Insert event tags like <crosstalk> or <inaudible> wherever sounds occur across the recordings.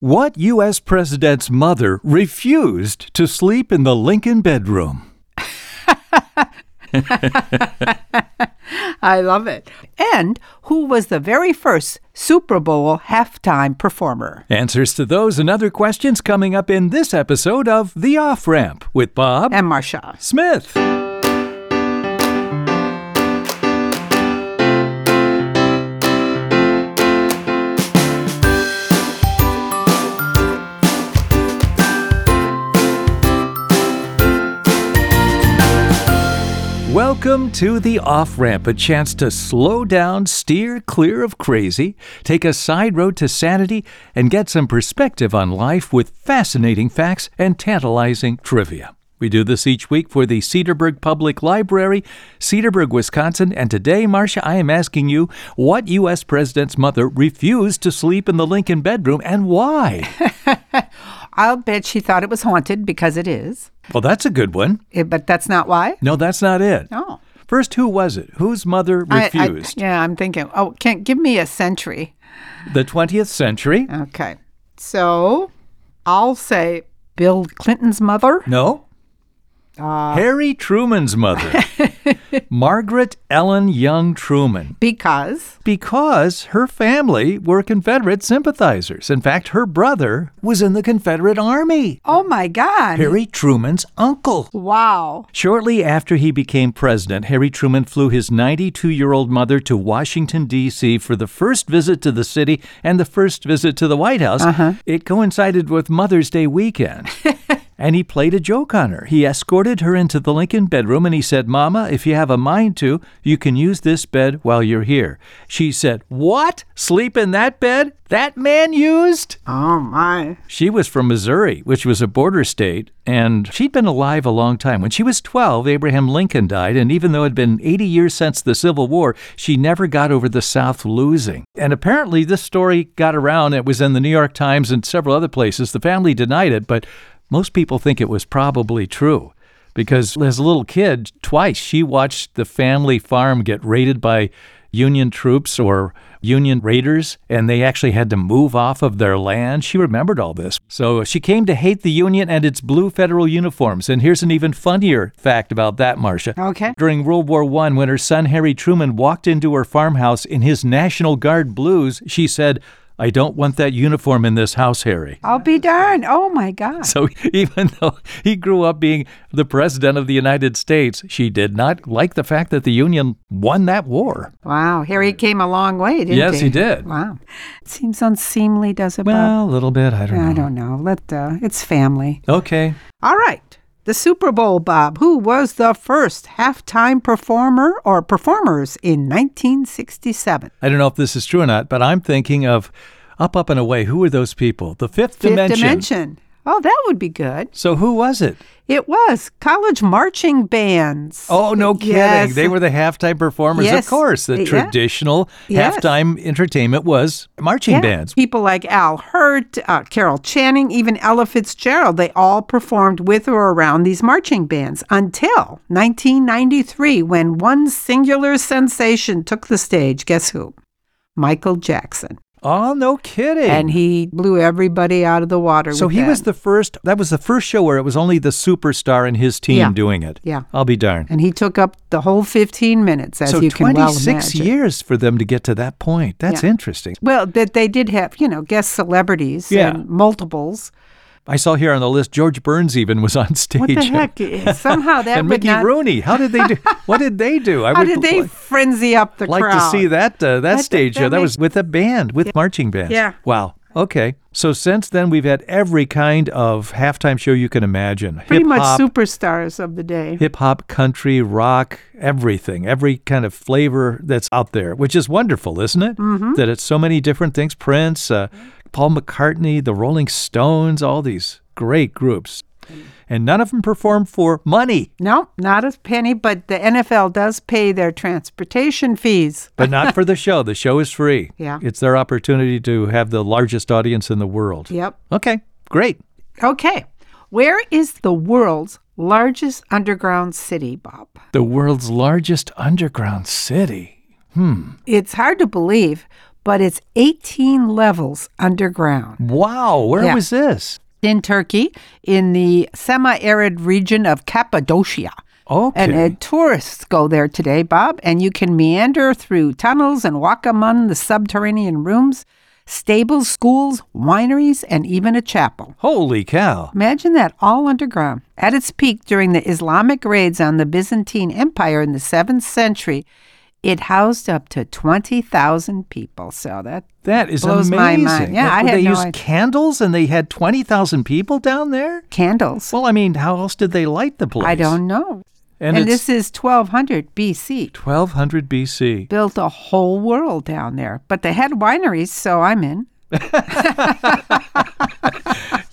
What U.S. President's mother refused to sleep in the Lincoln bedroom? <laughs> I love it. And who was the very first Super Bowl halftime performer? Answers to those and other questions coming up in this episode of The Off Ramp with Bob And Marsha. Smith. Welcome to the off ramp, a chance to slow down, steer clear of crazy, take a side road to sanity, and get some perspective on life with fascinating facts and tantalizing trivia. We do this each week for the Cedarburg Public Library, Cedarburg, Wisconsin, and today, Marcia, I am asking you what U.S. President's mother refused to sleep in the Lincoln bedroom and <laughs> why. I'll bet she thought it was haunted because it is. well, that's a good one. Eh, but that's not why. No, that's not it. No. First, who was it? Whose mother I- I- refused? yeah, I'm thinking. Oh, can't give me a century. the 20th century? Okay. So I'll say Bill Clinton's mother. No. Harry Truman's mother, Margaret Ellen Young Truman, Because because her family were Confederate sympathizers. In fact, her brother was in the Confederate Army, oh my God. Harry Truman's uncle. Wow. Shortly after he became president, Harry Truman flew his 92 year old mother to Washington, D.C. for the first visit to the city and the first visit to the White House. It coincided with Mother's Day weekend. and he played a joke on her. He escorted her into the Lincoln bedroom and he said, Mama, if you have a mind to, you can use this bed while you're here. She said, What? Sleep in that bed? That man used? Oh my. She was from Missouri, which was a border state, and she'd been alive a long time. When she was 12, Abraham Lincoln died, and even though it had been 80 years since the Civil War, she never got over the South losing. And apparently, this story got around. It was in the New York Times and several other places. The family denied it, but most people think it was probably true. Because as a little kid, twice she watched the family farm get raided by Union troops or Union raiders, and they actually had to move off of their land. She remembered all this. So she came to hate the Union and its blue federal uniforms. And here's an even funnier fact about that, Marcia. Okay. During World War I, when her son Harry Truman walked into her farmhouse in his National Guard blues, she said, I don't want that uniform in this house, Harry. I'll be darned. Oh my <laughs> God. So even though he grew up being the president of the United States, she did not like the fact that the Union won that war. Wow. Harry came a long way, didn't yes, he? he did. Wow. It seems unseemly, does it, Bob? Well, a little bit. I don't know. I don't know. Let uh, it's family. Okay. All right. The Super Bowl, Bob. Who was the first halftime performer or performers in 1967? I don't know if this is true or not, but I'm thinking of Up, Up, and Away. Who were those people? The Fifth, Fifth dimension. Oh, that would be good. So who was it? It was college marching bands. Oh, no kidding. Yes. They were the halftime performers. Yes. Of course, the Yeah. traditional Yes. halftime entertainment was marching Yeah. bands. People like Al Hurt, uh, Carol Channing, even Ella Fitzgerald, they all performed with or around these marching bands until 1993 when one singular sensation took the stage. Guess who? Michael Jackson. Oh, no kidding. And he blew everybody out of the water. So with he that. was the first. That was the first show where it was only the superstar and his team Yeah. doing it. Yeah. I'll be darned. And he took up the whole 15 minutes, as so you can well 26 imagine. years for them to get to that point. That's Yeah. interesting. Well, that they did have, you know, guest celebrities Yeah. and multiples. I saw here on the list George Burns even was on <laughs> stage. What the <laughs> heck? Somehow that and would Mickey not. Rooney. How did <laughs> they do? what did they do? I How would did they li- frenzy up the like to crowd? see that uh, that, That- stage that show. That was makes- with a band, with marching bands. Yeah. Wow. Okay. So since then we've had every kind of halftime show you can imagine. Pretty Hip-hop, much superstars of the day. hip hop, country, rock, everything, every kind of flavor that's out there, which is wonderful, isn't it? Mm-hmm. That it's so many different things. Prince, uh, Paul McCartney, the Rolling Stones, all these great groups. And none of them performed for money, No, not a penny, but the NFL does pay their transportation fees. but not for the show. The show is free. <laughs> Yeah. It's their opportunity to have the largest audience in the world. Yep. Okay, great. Okay. Where is the world's largest underground city, Bob? The world's largest underground city. It's hard to believe, but it's 18 levels underground. Wow, where Yeah. was this? In Turkey, in the semi arid region of Cappadocia. Okay. And uh, tourists go there today, Bob, and you can meander through tunnels and walk among the subterranean rooms, stables, schools, wineries, and even a chapel. Holy cow. Imagine that all underground. At its peak during the Islamic raids on the Byzantine Empire in the 7th century, it housed up to 20,000 people. So that That is Blows amazing. my mind. Yeah, Like, I would had they no used idea. candles and they had 20,000 people down there? candles. Well, I mean, how else did they light the place? I don't know. And, And, it's this is 1200 BC. 1200 BC. Built a whole world down there. But they had wineries, so I'm in.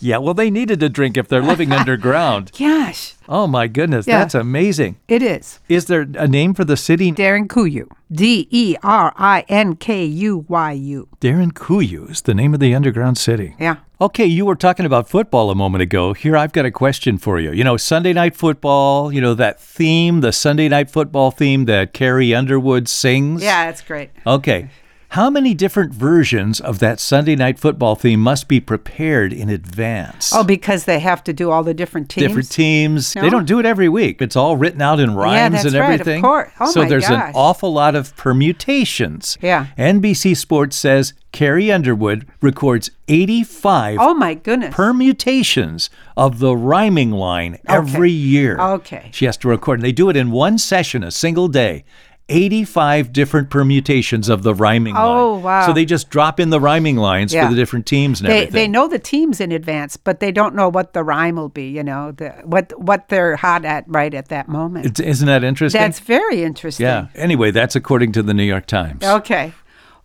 Yeah, well, they needed to drink if they're living <laughs> underground. Gosh, Oh, my goodness. Yeah. That's amazing. it is. Is there a name for the city? Derinkuyu. D E R I N K U Y U. Derinkuyu is the name of the underground city. Yeah. Okay, you were talking about football a moment ago. Here, I've got a question for you. You know, Sunday night football, you know, that theme, the Sunday night football theme that Carrie Underwood sings. Yeah, that's great. Okay. How many different versions of that Sunday night football theme must be prepared in advance? Oh, because they have to do all the different teams. Different teams. They No? don't do it every week. It's all written out in rhymes that's and right, of everything. course. Oh, so my there's an gosh. awful lot of permutations. Yeah. NBC Sports says Carrie Underwood records 85 Oh my goodness. permutations of the rhyming line every year. Okay. She has to record, and they do it in one session, a single day. 85 different permutations of the rhyming line. Oh, wow. So they just drop in the rhyming lines Yeah. for the different teams and they everything. they know the teams in advance, but they don't know what the rhyme will be, you know, the what what they're hot at right at that moment. It's- isn't that interesting? that's very interesting. yeah. Anyway, that's according to the New York Times. Okay.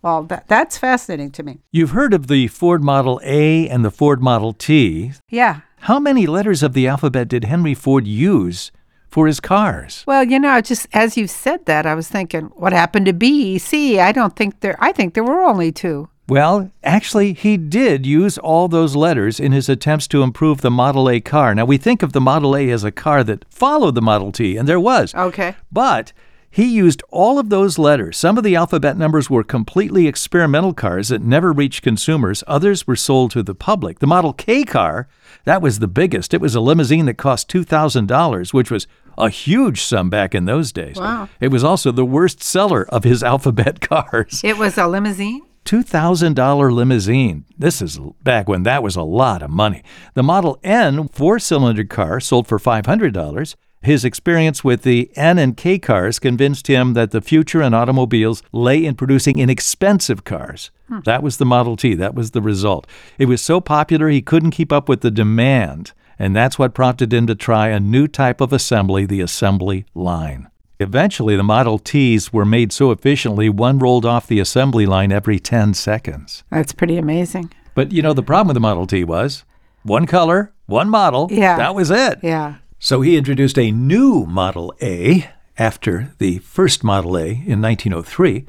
Well, that, that's fascinating to me. You've heard of the Ford Model A and the Ford Model T. Yeah. How many letters of the alphabet did Henry Ford use for his cars? Well, you know, I just as you said that, I was thinking, what happened to B, E C? I don't think there. I think there were only two. Well, actually, he did use all those letters in his attempts to improve the Model A car. Now, we think of the Model A as a car that followed the Model T, and there was. Okay. But he used all of those letters. Some of the alphabet numbers were completely experimental cars that never reached consumers, others were sold to the public. The Model K car, that was the biggest. It was a limousine that cost $2,000, which was a huge sum back in those days. Wow. It was also the worst seller of his <laughs> alphabet cars. <laughs> It was a limousine. $2,000 limousine. This is l- back when that was a lot of money. The Model N four cylinder car sold for $500. His experience with the N and K cars convinced him that the future in automobiles lay in producing inexpensive cars. That was the Model T. That was the result. It was so popular he couldn't keep up with the demand, and that's what prompted him to try a new type of assembly, the assembly line. Eventually, the Model Ts were made so efficiently, one rolled off the assembly line every 10 seconds. That's pretty amazing. But you know, the problem with the Model T was one color, one model. Yeah. That was it. Yeah. So he introduced a new Model A after the first Model A in 1903,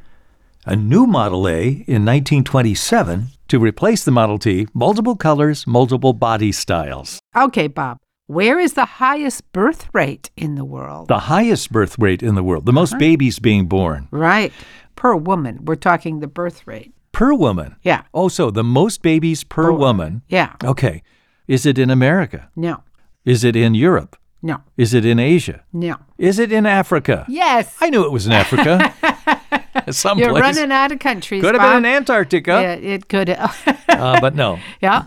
a new Model A in 1927 to replace the Model T, multiple colors, multiple body styles. Okay, Bob. Where is the highest birth rate in the world? The highest birth rate in the world, the Uh-huh. most babies being born Right. Per woman, we're talking the birth rate. per woman. Yeah. Oh, so the most babies per woman. Yeah. Okay. Is it in America? No. Is it in Europe? No. Is it in Asia? No. Is it in Africa? Yes. I knew it was in <laughs> Africa. <laughs> Someplace. You're running out of countries. could have been in Bob. Antarctica, Yeah, it could. uh, but no. <laughs> yeah.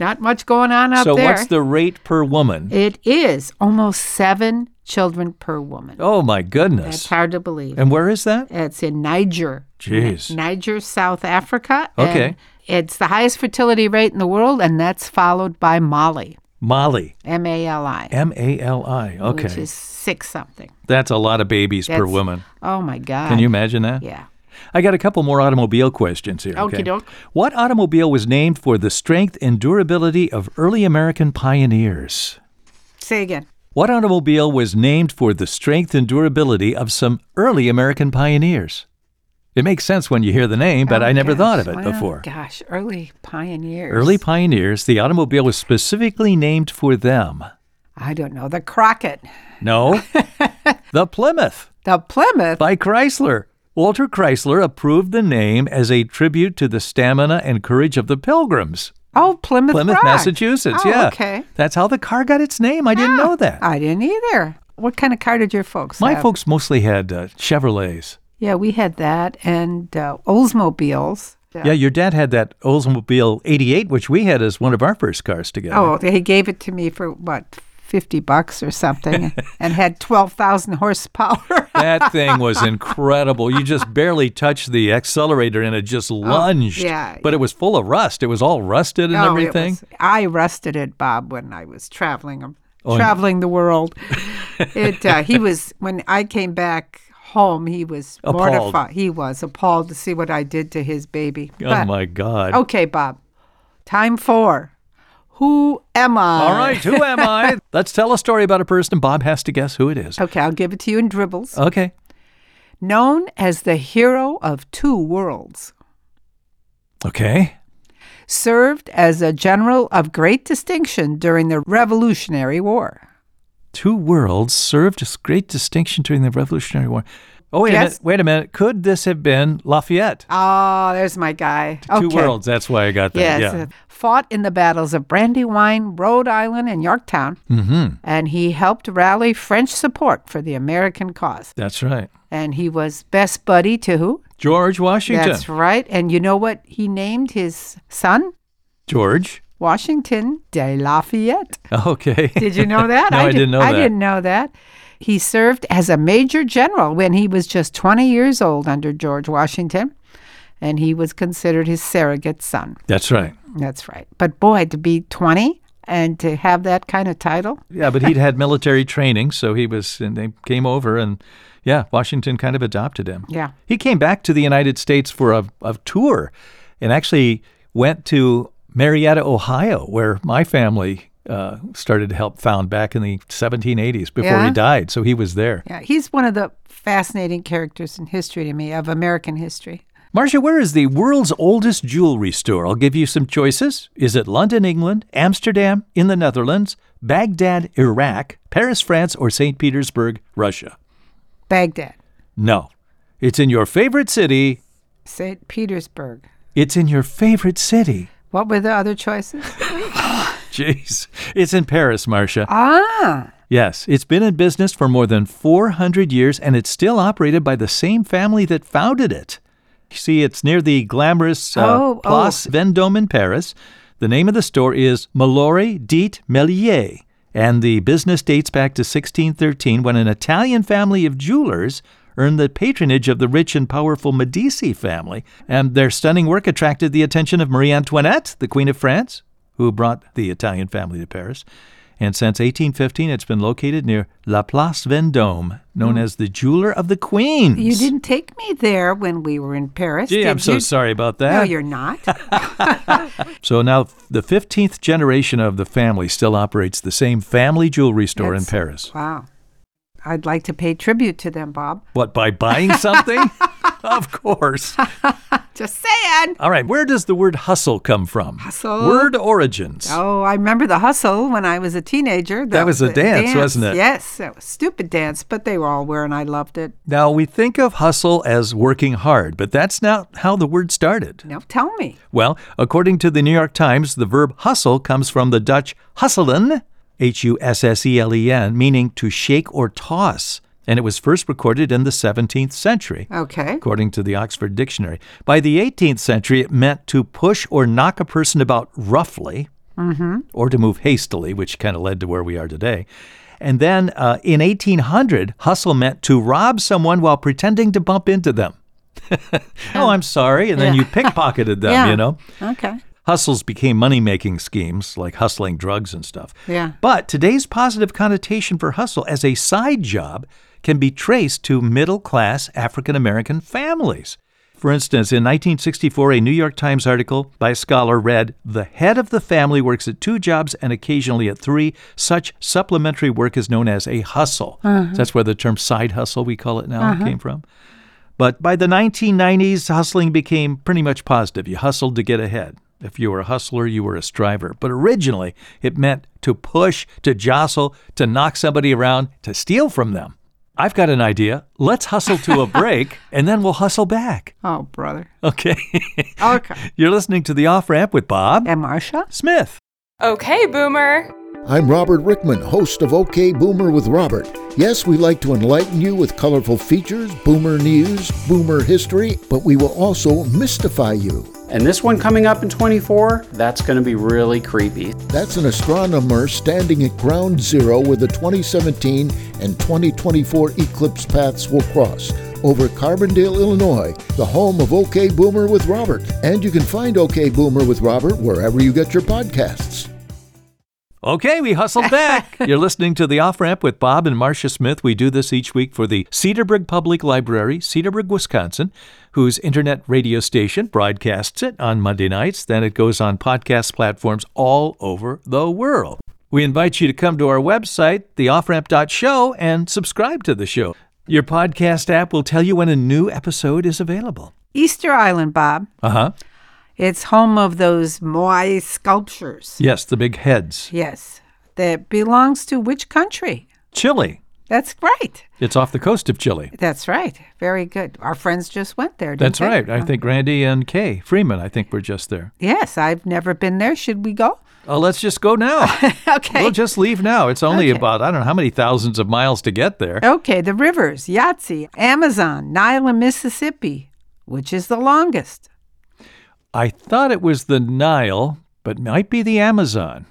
Not much going on up so there. what's the rate per woman? It is almost seven children per woman. Oh my That's goodness! hard to believe. And where is that? It's in Niger. Jeez. Niger, South Africa. and Okay. It's the highest fertility rate in the world, and that's followed by Mali, Mali, M A L I, M A L I. Okay, which is six something. that's a lot of babies per That's- woman. Oh my God. Can you imagine that? Yeah. I got a couple more automobile questions here. Okay. Okie doke. What automobile was named for the strength and durability of early American pioneers? Say again. What automobile was named for the strength and durability of some early American pioneers? It makes sense when you hear the name, but Oh, I never thought gosh. of it Wow, before. Gosh, early pioneers. Early pioneers, the automobile was specifically named for them. I don't know. The Crockett, <laughs> No, the Plymouth the Plymouth. by Chrysler Walter Chrysler approved the name as a tribute to the stamina and courage of the Pilgrims. Oh, Plymouth, Plymouth, Rock. Massachusetts. Oh, yeah. Okay. That's how the car got its name. I didn't know that. I didn't either. What kind of car did your folks My have? folks mostly had uh, Chevrolets. Yeah, we had that and uh, Oldsmobiles. Yeah, your dad had that Oldsmobile 88, which we had as one of our first cars together. Oh, he gave it to me for what, 50 bucks <laughs> or something and had 12,000 horsepower. <laughs> That thing was incredible. You just barely touched the accelerator and it just lunged. Oh, yeah, but it was full of rust. It was all rusted and No, Oh, it everything. was- I rusted it, Bob, when I was traveling, um, Oh, and- traveling the <laughs> world. it uh, he was when I came back home. He was Appalled. mortified. He was appalled to see what I did to his baby. oh But- my God. Okay, Bob. Time for who am I? All right, who am <laughs> I? Let's tell a story about a person. Bob has to guess who it is. Okay, I'll give it to you in dribbles. Okay. Known as the hero of two worlds. Okay. Served as a general of great distinction during the Revolutionary War. Two worlds served as great distinction during the Revolutionary War. Oh, wait Yes. a minute. Wait a minute. Could this have been Lafayette? Oh, there's my guy. Two worlds. That's why I got that. Yes. Yeah. uh, Fought in the battles of Brandywine, Rhode Island, and Yorktown, Mm-hmm. and he helped rally French support for the American cause. That's right. And he was best buddy to who? George Washington. That's right. And you know what he named his son? George. <laughs> Washington de Lafayette. Okay. Did you know <laughs> that? No, I didn't know I that. didn't know that. He served as a major general when he was just 20 years old under George Washington, and he was considered his surrogate son. That's right. That's right. But boy, to be 20 and to have that kind of title. Yeah, but he'd had military training, so he was, and they came over, and yeah, Washington kind of adopted him. Yeah. He came back to the United States for a, a tour and actually went to Marietta, Ohio, where my family uh, started to help found back in the 1780s before Yeah? he died. So he was there. Yeah. He's one of the fascinating characters in history to me of American history. Marcia, where is the world's oldest jewelry store? I'll give you some choices. Is it London, England, Amsterdam, in the Netherlands, Baghdad, Iraq, Paris, France, or St. Petersburg, Russia? Baghdad, No. It's in your favorite city. St. Petersburg. It's in your favorite city. <laughs> What were the other choices? Jeez. It's in Paris, Marcia. ah, Yes, it's been in business for more than 400 years and it's still operated by the same family that founded it. You see, it's near the glamorous uh, Oh, oh. Place Vendôme in Paris. The name of the store is Mallory Dit Melier, and the business dates back to 1613 when an Italian family of jewelers earned the patronage of the rich and powerful Medici family, and their stunning work attracted the attention of Marie Antoinette, the Queen of France, who brought the Italian family to Paris. And since 1815, it's been located near La Place Vendôme, known as the Jeweler of the Queens. Hmm. you didn't take me there when we were in Paris. Gee, did I'm so you? sorry about that. No, you're not. So now the 15th generation of the family still operates the same family jewelry store in That's- Paris. wow. I'd like to pay tribute to them, Bob. What, by buying <laughs> something? of course. Just saying. All right, where does the word hustle come from? Hustle? Word origins. Oh, I remember the hustle when I was a teenager. The- That was a the dance, wasn't it? Yes, that was stupid dance, but they were all wearing. I loved it. Now, we think of hustle as working hard, but that's not how the word started. No, tell me. Well, according to the New York Times, the verb hustle comes from the Dutch husselen, H U S S E L E N, meaning to shake or toss, and it was first recorded in the 17th century. Okay. according to the Oxford Dictionary. By the 18th century, it meant to push or knock a person about roughly Mm-hmm. or to move hastily, which kind of led to where we are today. And then uh, in 1800, hustle meant to rob someone while pretending to bump into them. <laughs> oh, I'm sorry. And then Yeah. you <laughs> pickpocketed them, Yeah. you know? Okay. Hustles became money making schemes like hustling drugs and stuff. Yeah. But today's positive connotation for hustle as a side job can be traced to middle class African American families. For instance, in 1964, a New York Times article by a scholar read The head of the family works at two jobs and occasionally at three. Such supplementary work is known as a hustle. That's where the term side hustle, we call it now, came from. But by the 1990s, hustling became pretty much positive. You hustled to get ahead. If you were a hustler, you were a striver. But originally, it meant to push, to jostle, to knock somebody around, to steal from them. I've got an idea. Let's hustle to a break and then we'll hustle back. Oh, brother. Okay. <laughs> Okay. You're listening to The Off Ramp with Bob And Marsha? Smith. Okay, Boomer. I'm Robert Rickman, host of OK Boomer with Robert. Yes, we like to enlighten you with colorful features, boomer news, boomer history, but we will also mystify you. And this one coming up in 24, that's going to be really creepy. That's an astronomer standing at ground zero where the 2017 and 2024 eclipse paths will cross over Carbondale, Illinois, the home of OK Boomer with Robert. And you can find OK Boomer with Robert wherever you get your podcasts. Okay, we hustled back. You're listening to The Off Ramp with Bob and Marcia Smith. We do this each week for the Cedarburg Public Library, Cedarburg, Wisconsin, whose internet radio station broadcasts it on Monday nights. Then it goes on podcast platforms all over the world. We invite you to come to our website, theofframp.show, and subscribe to the show. Your podcast app will tell you when a new episode is available. Easter Island, Bob. Uh huh. It's home of those Moai sculptures. Yes, the big heads. Yes. That belongs to which country? Chile. That's right. It's off the coast of Chile. That's right. Very good. Our friends just went there. didn't That's they? right. I Uh, think Randy and Kay Freeman, I think, were just there. Yes, I've never been there. Should we go? <laughs> Oh, let's just go now. okay. We'll just leave now. It's only Okay. about, I don't know how many thousands of miles to get there. Okay, the rivers, Yahtzee, Amazon, Nile, and Mississippi. Which is the longest? I thought it was the Nile, but might be the Amazon.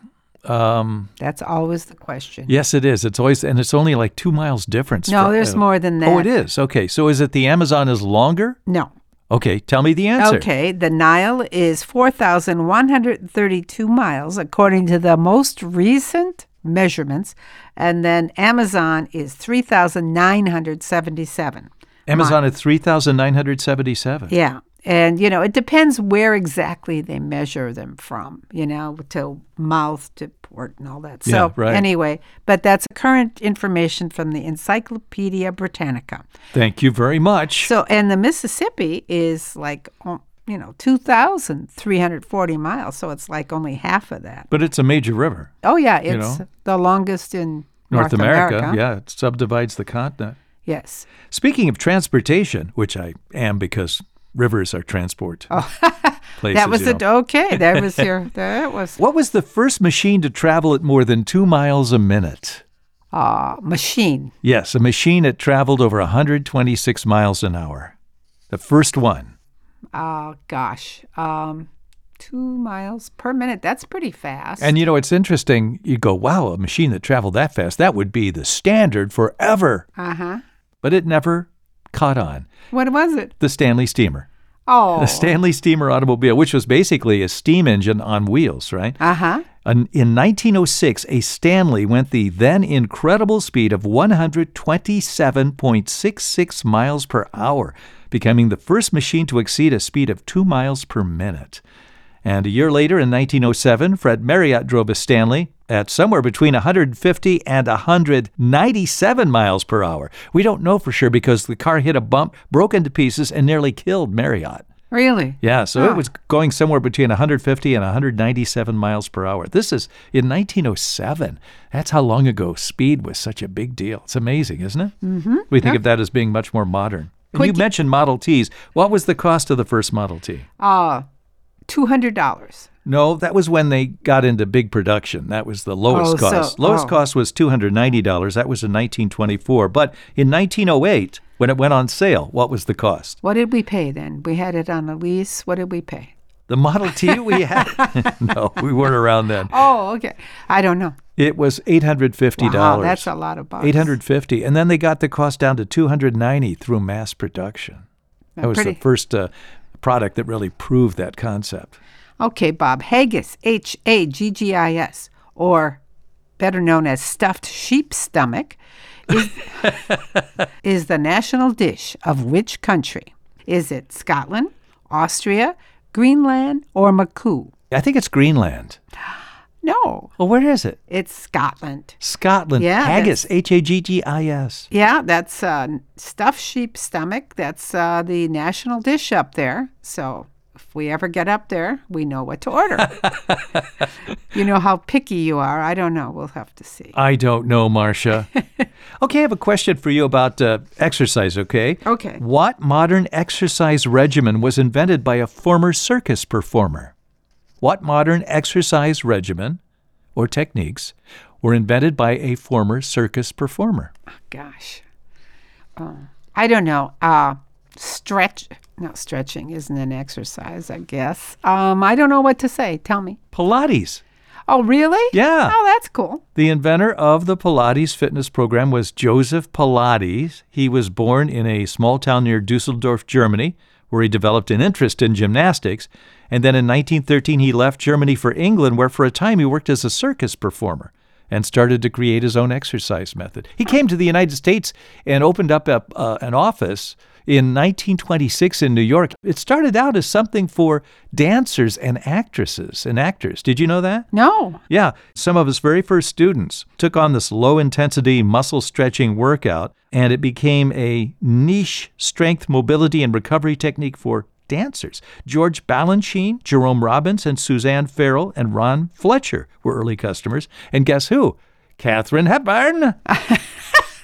Um, That's always the question. yes, it is. It's always, and it's only like two miles difference. No, from- there's uh, more than that. Oh, it is. Okay. So is it the Amazon is longer? No. Okay. Tell me the answer. Okay, the Nile is 4,132 miles according to the most recent measurements, and then Amazon is 3,977. Amazon at 3,977. Yeah. And, you know, it depends where exactly they measure them from, you know, to mouth to port and all that. So, Yeah, right. anyway, but that's current information from the Encyclopedia Britannica. Thank you very much. So, and the Mississippi is like, oh, you know, 2,340 miles. So it's like only half of that. but it's a major river. Oh, yeah. It's You know. the longest in North, North, America, yeah, it subdivides the continent. Yes. Speaking of transportation, which I am because rivers are transport. places, Oh. <laughs> that was you it. know. Okay. <laughs> That was your, that was What was the first machine to travel at more than two miles a minute? uh, machine. Yes, a machine that traveled over 126 miles an hour. The first one. Oh gosh, um, two miles per minute. That's pretty fast. And you know, it's interesting. You go, wow, a machine that traveled that fast, that would be the standard forever. uh huh. But it never caught on. What was it? The Stanley Steamer. Oh, The Stanley Steamer automobile, which was basically a steam engine on wheels, right? Uh huh. An- In 1906, a Stanley went the then incredible speed of 127.66 miles per hour, becoming the first machine to exceed a speed of 2 miles per minute. And a year later, in 1907, Fred Marriott drove a Stanley at somewhere between 150 and 197 miles per hour. We don't know for sure because the car hit a bump, broke into pieces, and nearly killed Marriott. Really? Yeah, so Huh. it was going somewhere between 150 and 197 miles per hour. This is in 1907. That's how long ago speed was such a big deal. It's amazing, isn't it? Mm-hmm. We think of that as being much more modern. And you Quick- mentioned Model Ts. What was the cost of the first Model T? Uh, two hundred dollars. No, that was when they got into big production. That was the lowest Oh, so- cost. lowest oh. cost was $290. That was in 1924. But in 1908, when it went on sale, what was the cost? What did we pay then? We had it on a lease. What did we pay? The Model T we had? <laughs> no, we weren't around then. Oh, okay. I don't know. It was eight hundred fifty Wow, dollars. that's a lot of bucks. eight hundred fifty, and then they got the cost down to two hundred ninety through mass production. That was Pretty- the first uh, product that really proved that concept. Okay, Bob. Haggis, H A G G I S, or better known as stuffed sheep stomach, is, is the national dish of which country? Is it Scotland, Austria, Greenland, or Macau? I think it's Greenland. No, Well, where is it? it's Scotland. Scotland. Yeah, haggis. H a g g i s. Yeah, that's uh, stuffed sheep stomach. That's uh, the national dish up there. So if we ever get up there, we know what to order. you know how picky you are. I don't know. We'll have to see. I don't know, Marcia. Okay, I have a question for you about uh, exercise, okay? Okay. What modern exercise regimen was invented by a former circus performer? What modern exercise regimen or techniques were invented by a former circus performer? Gosh. Um, I don't know. Uh, stretch. No, stretching isn't an exercise, I guess. Um, I don't know what to say. Tell me. Pilates. Oh, really? Yeah. Oh, that's cool. The inventor of the Pilates fitness program was Joseph Pilates. He was born in a small town near Dusseldorf, Germany, where he developed an interest in gymnastics. And then in 1913, he left Germany for England, where for a time he worked as a circus performer and started to create his own exercise method. He came to the United States and opened up a, uh, an office in 1926 in New York. It started out as something for dancers and actresses and actors. Did you know that? No. Yeah, some of his very first students took on this low intensity muscle stretching workout, and it became a niche strength, mobility, and recovery technique for dancers. George Balanchine, Jerome Robbins, and Suzanne Farrell and Ron Fletcher were early customers. And guess who? Catherine <laughs> Hepburn,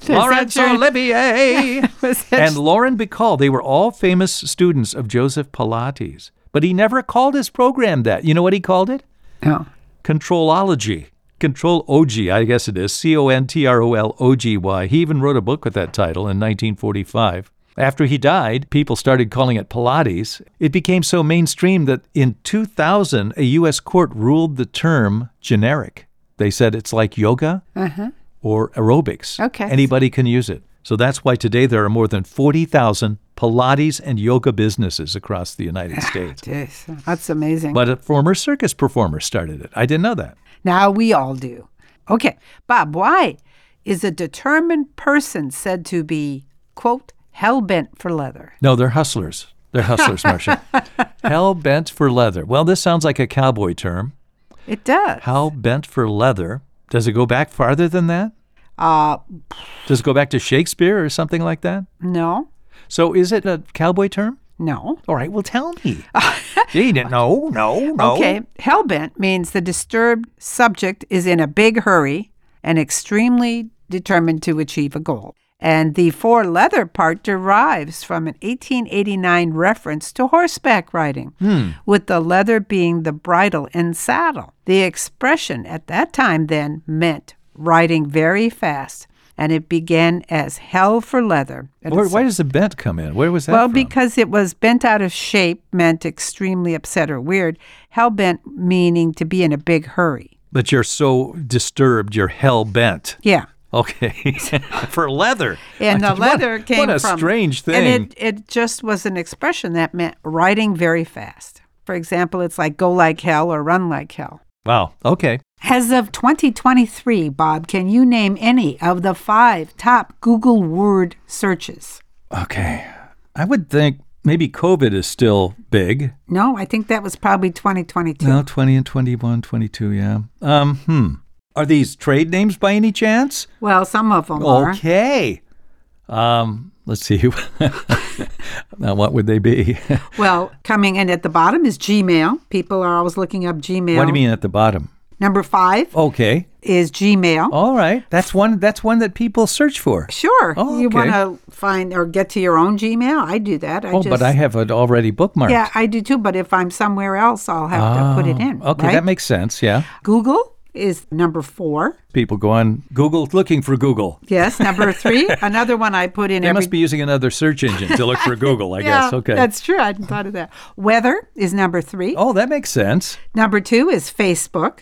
Laurence your- <laughs> Olivier, Was that and Lauren Bacall. They were all famous students of Joseph Pilates. But he never called his program that. You know what he called it? no. Controlology. Control OG, I guess it is. C O N T R O L O G Y. He even wrote a book with that title in 1945. After he died, people started calling it Pilates. It became so mainstream that in 2000, a U.S. court ruled the term generic. They said it's like yoga or aerobics. Okay. Anybody can use it. So that's why today there are more than 40,000 Pilates and yoga businesses across the United States. Jeez, that's amazing. But a former circus performer started it. I didn't know that. Now we all do. Okay, Bob, why is a determined person said to be, quote, hell bent for leather? No, they're hustlers. They're <laughs> hustlers, Marcia. Hell bent for leather. Well, this sounds like a cowboy term. It does. How bent for leather. Does it go back farther than that? Uh, Does it go back to Shakespeare or something like that? no, So is it a cowboy term? no. All right, well, tell <laughs> me. Gee, didn't- no, no, no. Okay, hell bent means the disturbed subject is in a big hurry and extremely determined to achieve a goal. And the four leather part derives from an 1889 reference to horseback riding, with the leather being the bridle and saddle. The expression at that time then meant riding very fast, and it began as hell for leather. And Where, it's- why does the bent come in? Where was that well, from? because it was bent out of shape, meant extremely upset or weird. Hell bent meaning to be in a big hurry. But you're so disturbed, you're hell bent. Yeah. <laughs> Okay. for leather. And I- the leather what, came What a from- strange thing. And it, it just was an expression that meant riding very fast. For example, it's like go like hell or run like hell. wow. Okay. As of 2023, Bob, can you name any of the five top Google word searches? Okay. I would think maybe COVID is still big. No, I think that was probably 2022. Well, 20 and 21, 22, yeah. Um, hmm. Are these trade names by any chance? Well, some of them are. Okay. Um, let's see. <laughs> now, what would they be? <laughs> Well, coming in at the bottom is Gmail. People are always looking up Gmail. what do you mean at the bottom? Number five Okay. is Gmail. All right. That's one that's one that people search for. Sure. Oh, You okay. want to find or get to your own Gmail? I do that. I oh, just, but I have it already bookmarked. Yeah, I do too. But if I'm somewhere else, I'll have to put it in. Ah, Okay, right? that makes sense. Yeah. Google is number four. People go on Google looking for Google. Yes, <laughs> number three. Another one I put in They every. must be using another search engine to look for <laughs> Google, I yeah, guess. Okay. That's true. I hadn't thought of that. Weather is number three. Oh, that makes sense. Number two is Facebook,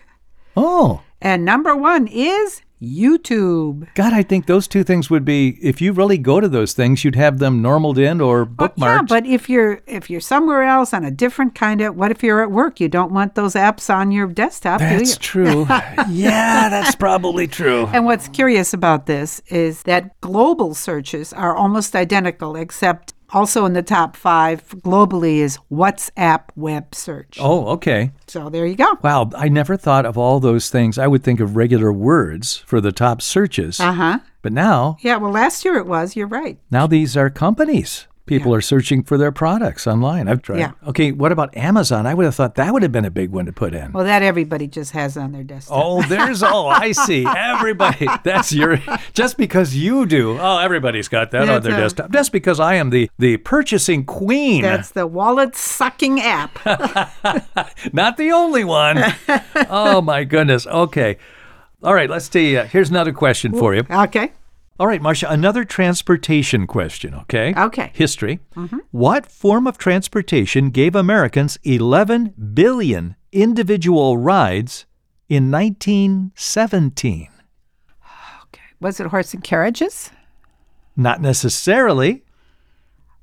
Oh, and number one is YouTube. God, I think those two things would be, if you really go to those things, you'd have them normaled in or Well, yeah, bookmarked. but if you're if you're somewhere else on a different kind of what if you're at work? You don't want those apps on your desktop, do that's you? <laughs> true. yeah, that's probably true. And what's curious about this is that global searches are almost identical, except also in the top five globally is WhatsApp web search. Oh, okay. So there you go. Wow, I never thought of all those things. I would think of regular words for the top searches. Uh huh. But now, Yeah. Well, last year it was. You're right. now these are companies. People are searching for their products online. I've tried. Yeah. Okay, what about Amazon? I would have thought that would have been a big one to put in. Well, that everybody just has on their desktop. Oh, there's oh, I see. <laughs> Everybody, that's your just because you do. Oh, everybody's got that on That's their a- desktop. Just because I am the the purchasing queen, That's the wallet <laughs> sucking app. not the only <laughs> one. oh my goodness. Okay. All right, let's see. Uh, here's another question for you. Okay. All right, Marcia, another transportation question, okay? Okay. Mm-hmm. History. What form of transportation gave Americans 11 billion individual rides in 1917? Okay. Was it horse and carriages? Not necessarily.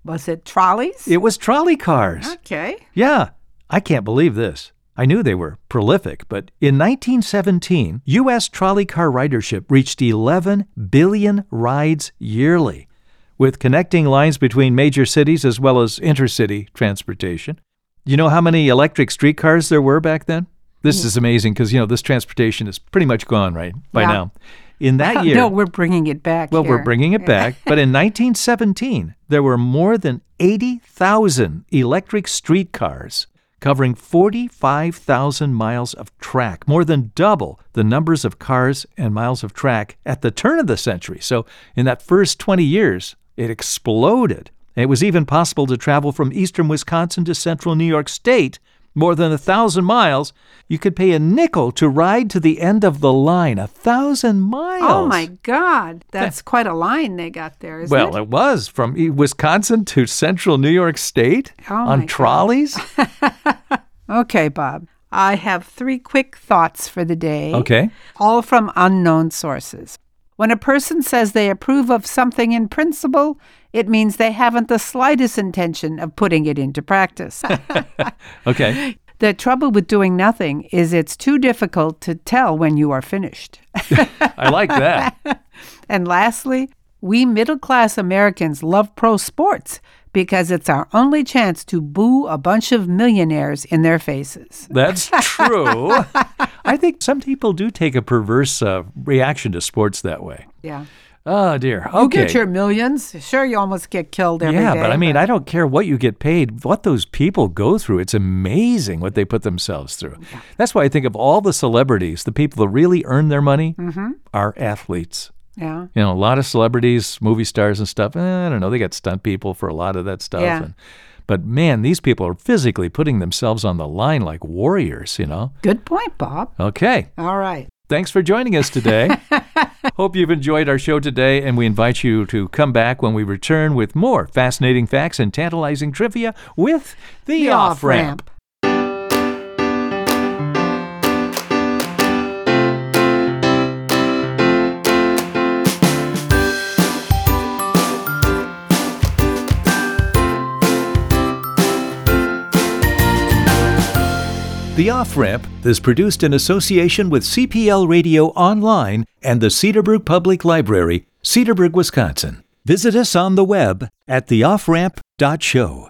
Was it trolleys? It was trolley cars. Okay. Yeah, I can't believe this. I knew they were prolific, but in 1917, U.S. trolley car ridership reached 11 billion rides yearly, with connecting lines between major cities as well as intercity transportation. You know how many electric streetcars there were back then? Mm. This is amazing because, you know, this transportation is pretty much gone, right? By Yeah. now. In that year. <laughs> no, we're bringing it back. Well, we're here. bringing it back. But in 1917, there were more than 80,000 electric streetcars covering 45,000 miles of track, more than double the numbers of cars and miles of track at the turn of the century. So, in that first 20 years, it exploded. It was even possible to travel from eastern Wisconsin to central New York State more than a thousand miles. You could pay a nickel to ride to the end of the line, a thousand miles. <laughs> Oh my God, that's quite a line they got there, isn't Well, it? it was from E- Wisconsin to central New York State Oh, my on God. trolleys. Okay, Bob. I have three quick thoughts for the day. okay. all from unknown sources. When a person says they approve of something in principle, it means they haven't the slightest intention of putting it into <laughs> practice. Okay. the trouble with doing nothing is it's too difficult to tell when you are finished. I like that. <laughs> And lastly, we middle class Americans love pro sports because it's our only chance to boo a bunch of millionaires in their faces. That's true. I think some people do take a perverse uh, reaction to sports that way. Yeah. Oh, dear. You Okay. get your millions. Sure, you almost get killed every day. yeah, but I mean, I don't care what you get paid, what those people go through. It's amazing what they put themselves through. That's why I think of all the celebrities, the people that really earn their money Mm-hmm. are athletes. yeah. you know, a lot of celebrities, movie stars, and stuff. eh, I don't know. They got stunt people for a lot of that stuff. Yeah. And, but man, these people are physically putting themselves on the line like warriors, you know? Good point, Bob. Okay. All right. Thanks for joining us <laughs> today. Hope you've enjoyed our show today, and we invite you to come back when we return with more fascinating facts and tantalizing trivia with The, Off Ramp. The Off Ramp is produced in association with CPL Radio Online and the Cedarbrook Public Library, Cedarburg, Wisconsin. Visit us on the web at theofframp.show.